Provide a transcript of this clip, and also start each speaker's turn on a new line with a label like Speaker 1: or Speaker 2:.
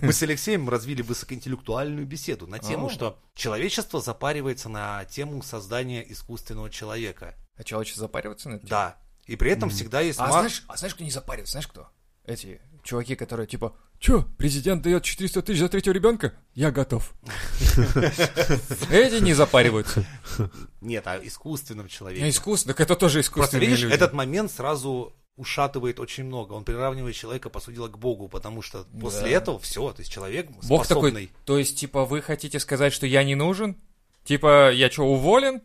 Speaker 1: Мы
Speaker 2: Хм.
Speaker 1: с Алексеем развили высокоинтеллектуальную беседу на тему,
Speaker 2: О.
Speaker 1: что человечество запаривается на тему создания искусственного человека.
Speaker 2: А чё, лучше запариваться на этим?
Speaker 1: Да. И при этом всегда есть
Speaker 2: А
Speaker 1: мар-
Speaker 2: знаешь, а знаешь, кто не запаривается? Знаешь, кто? Эти чуваки, которые типа, чё, президент дает 400 тысяч за третьего ребенка? Я готов. Эти не запариваются.
Speaker 1: Нет, о искусственном человеке.
Speaker 2: Я искусственно, так это тоже
Speaker 1: Просто
Speaker 2: искусственные
Speaker 1: видишь,
Speaker 2: Ну, люди.
Speaker 1: этот момент сразу ушатывает очень много. Он приравнивает человека, по сути дела, к Богу, потому что после
Speaker 2: Да.
Speaker 1: этого все, то есть человек
Speaker 2: Бог
Speaker 1: способный.
Speaker 2: такой, то есть, типа, вы хотите сказать, что я не нужен? Типа, я чё, уволен?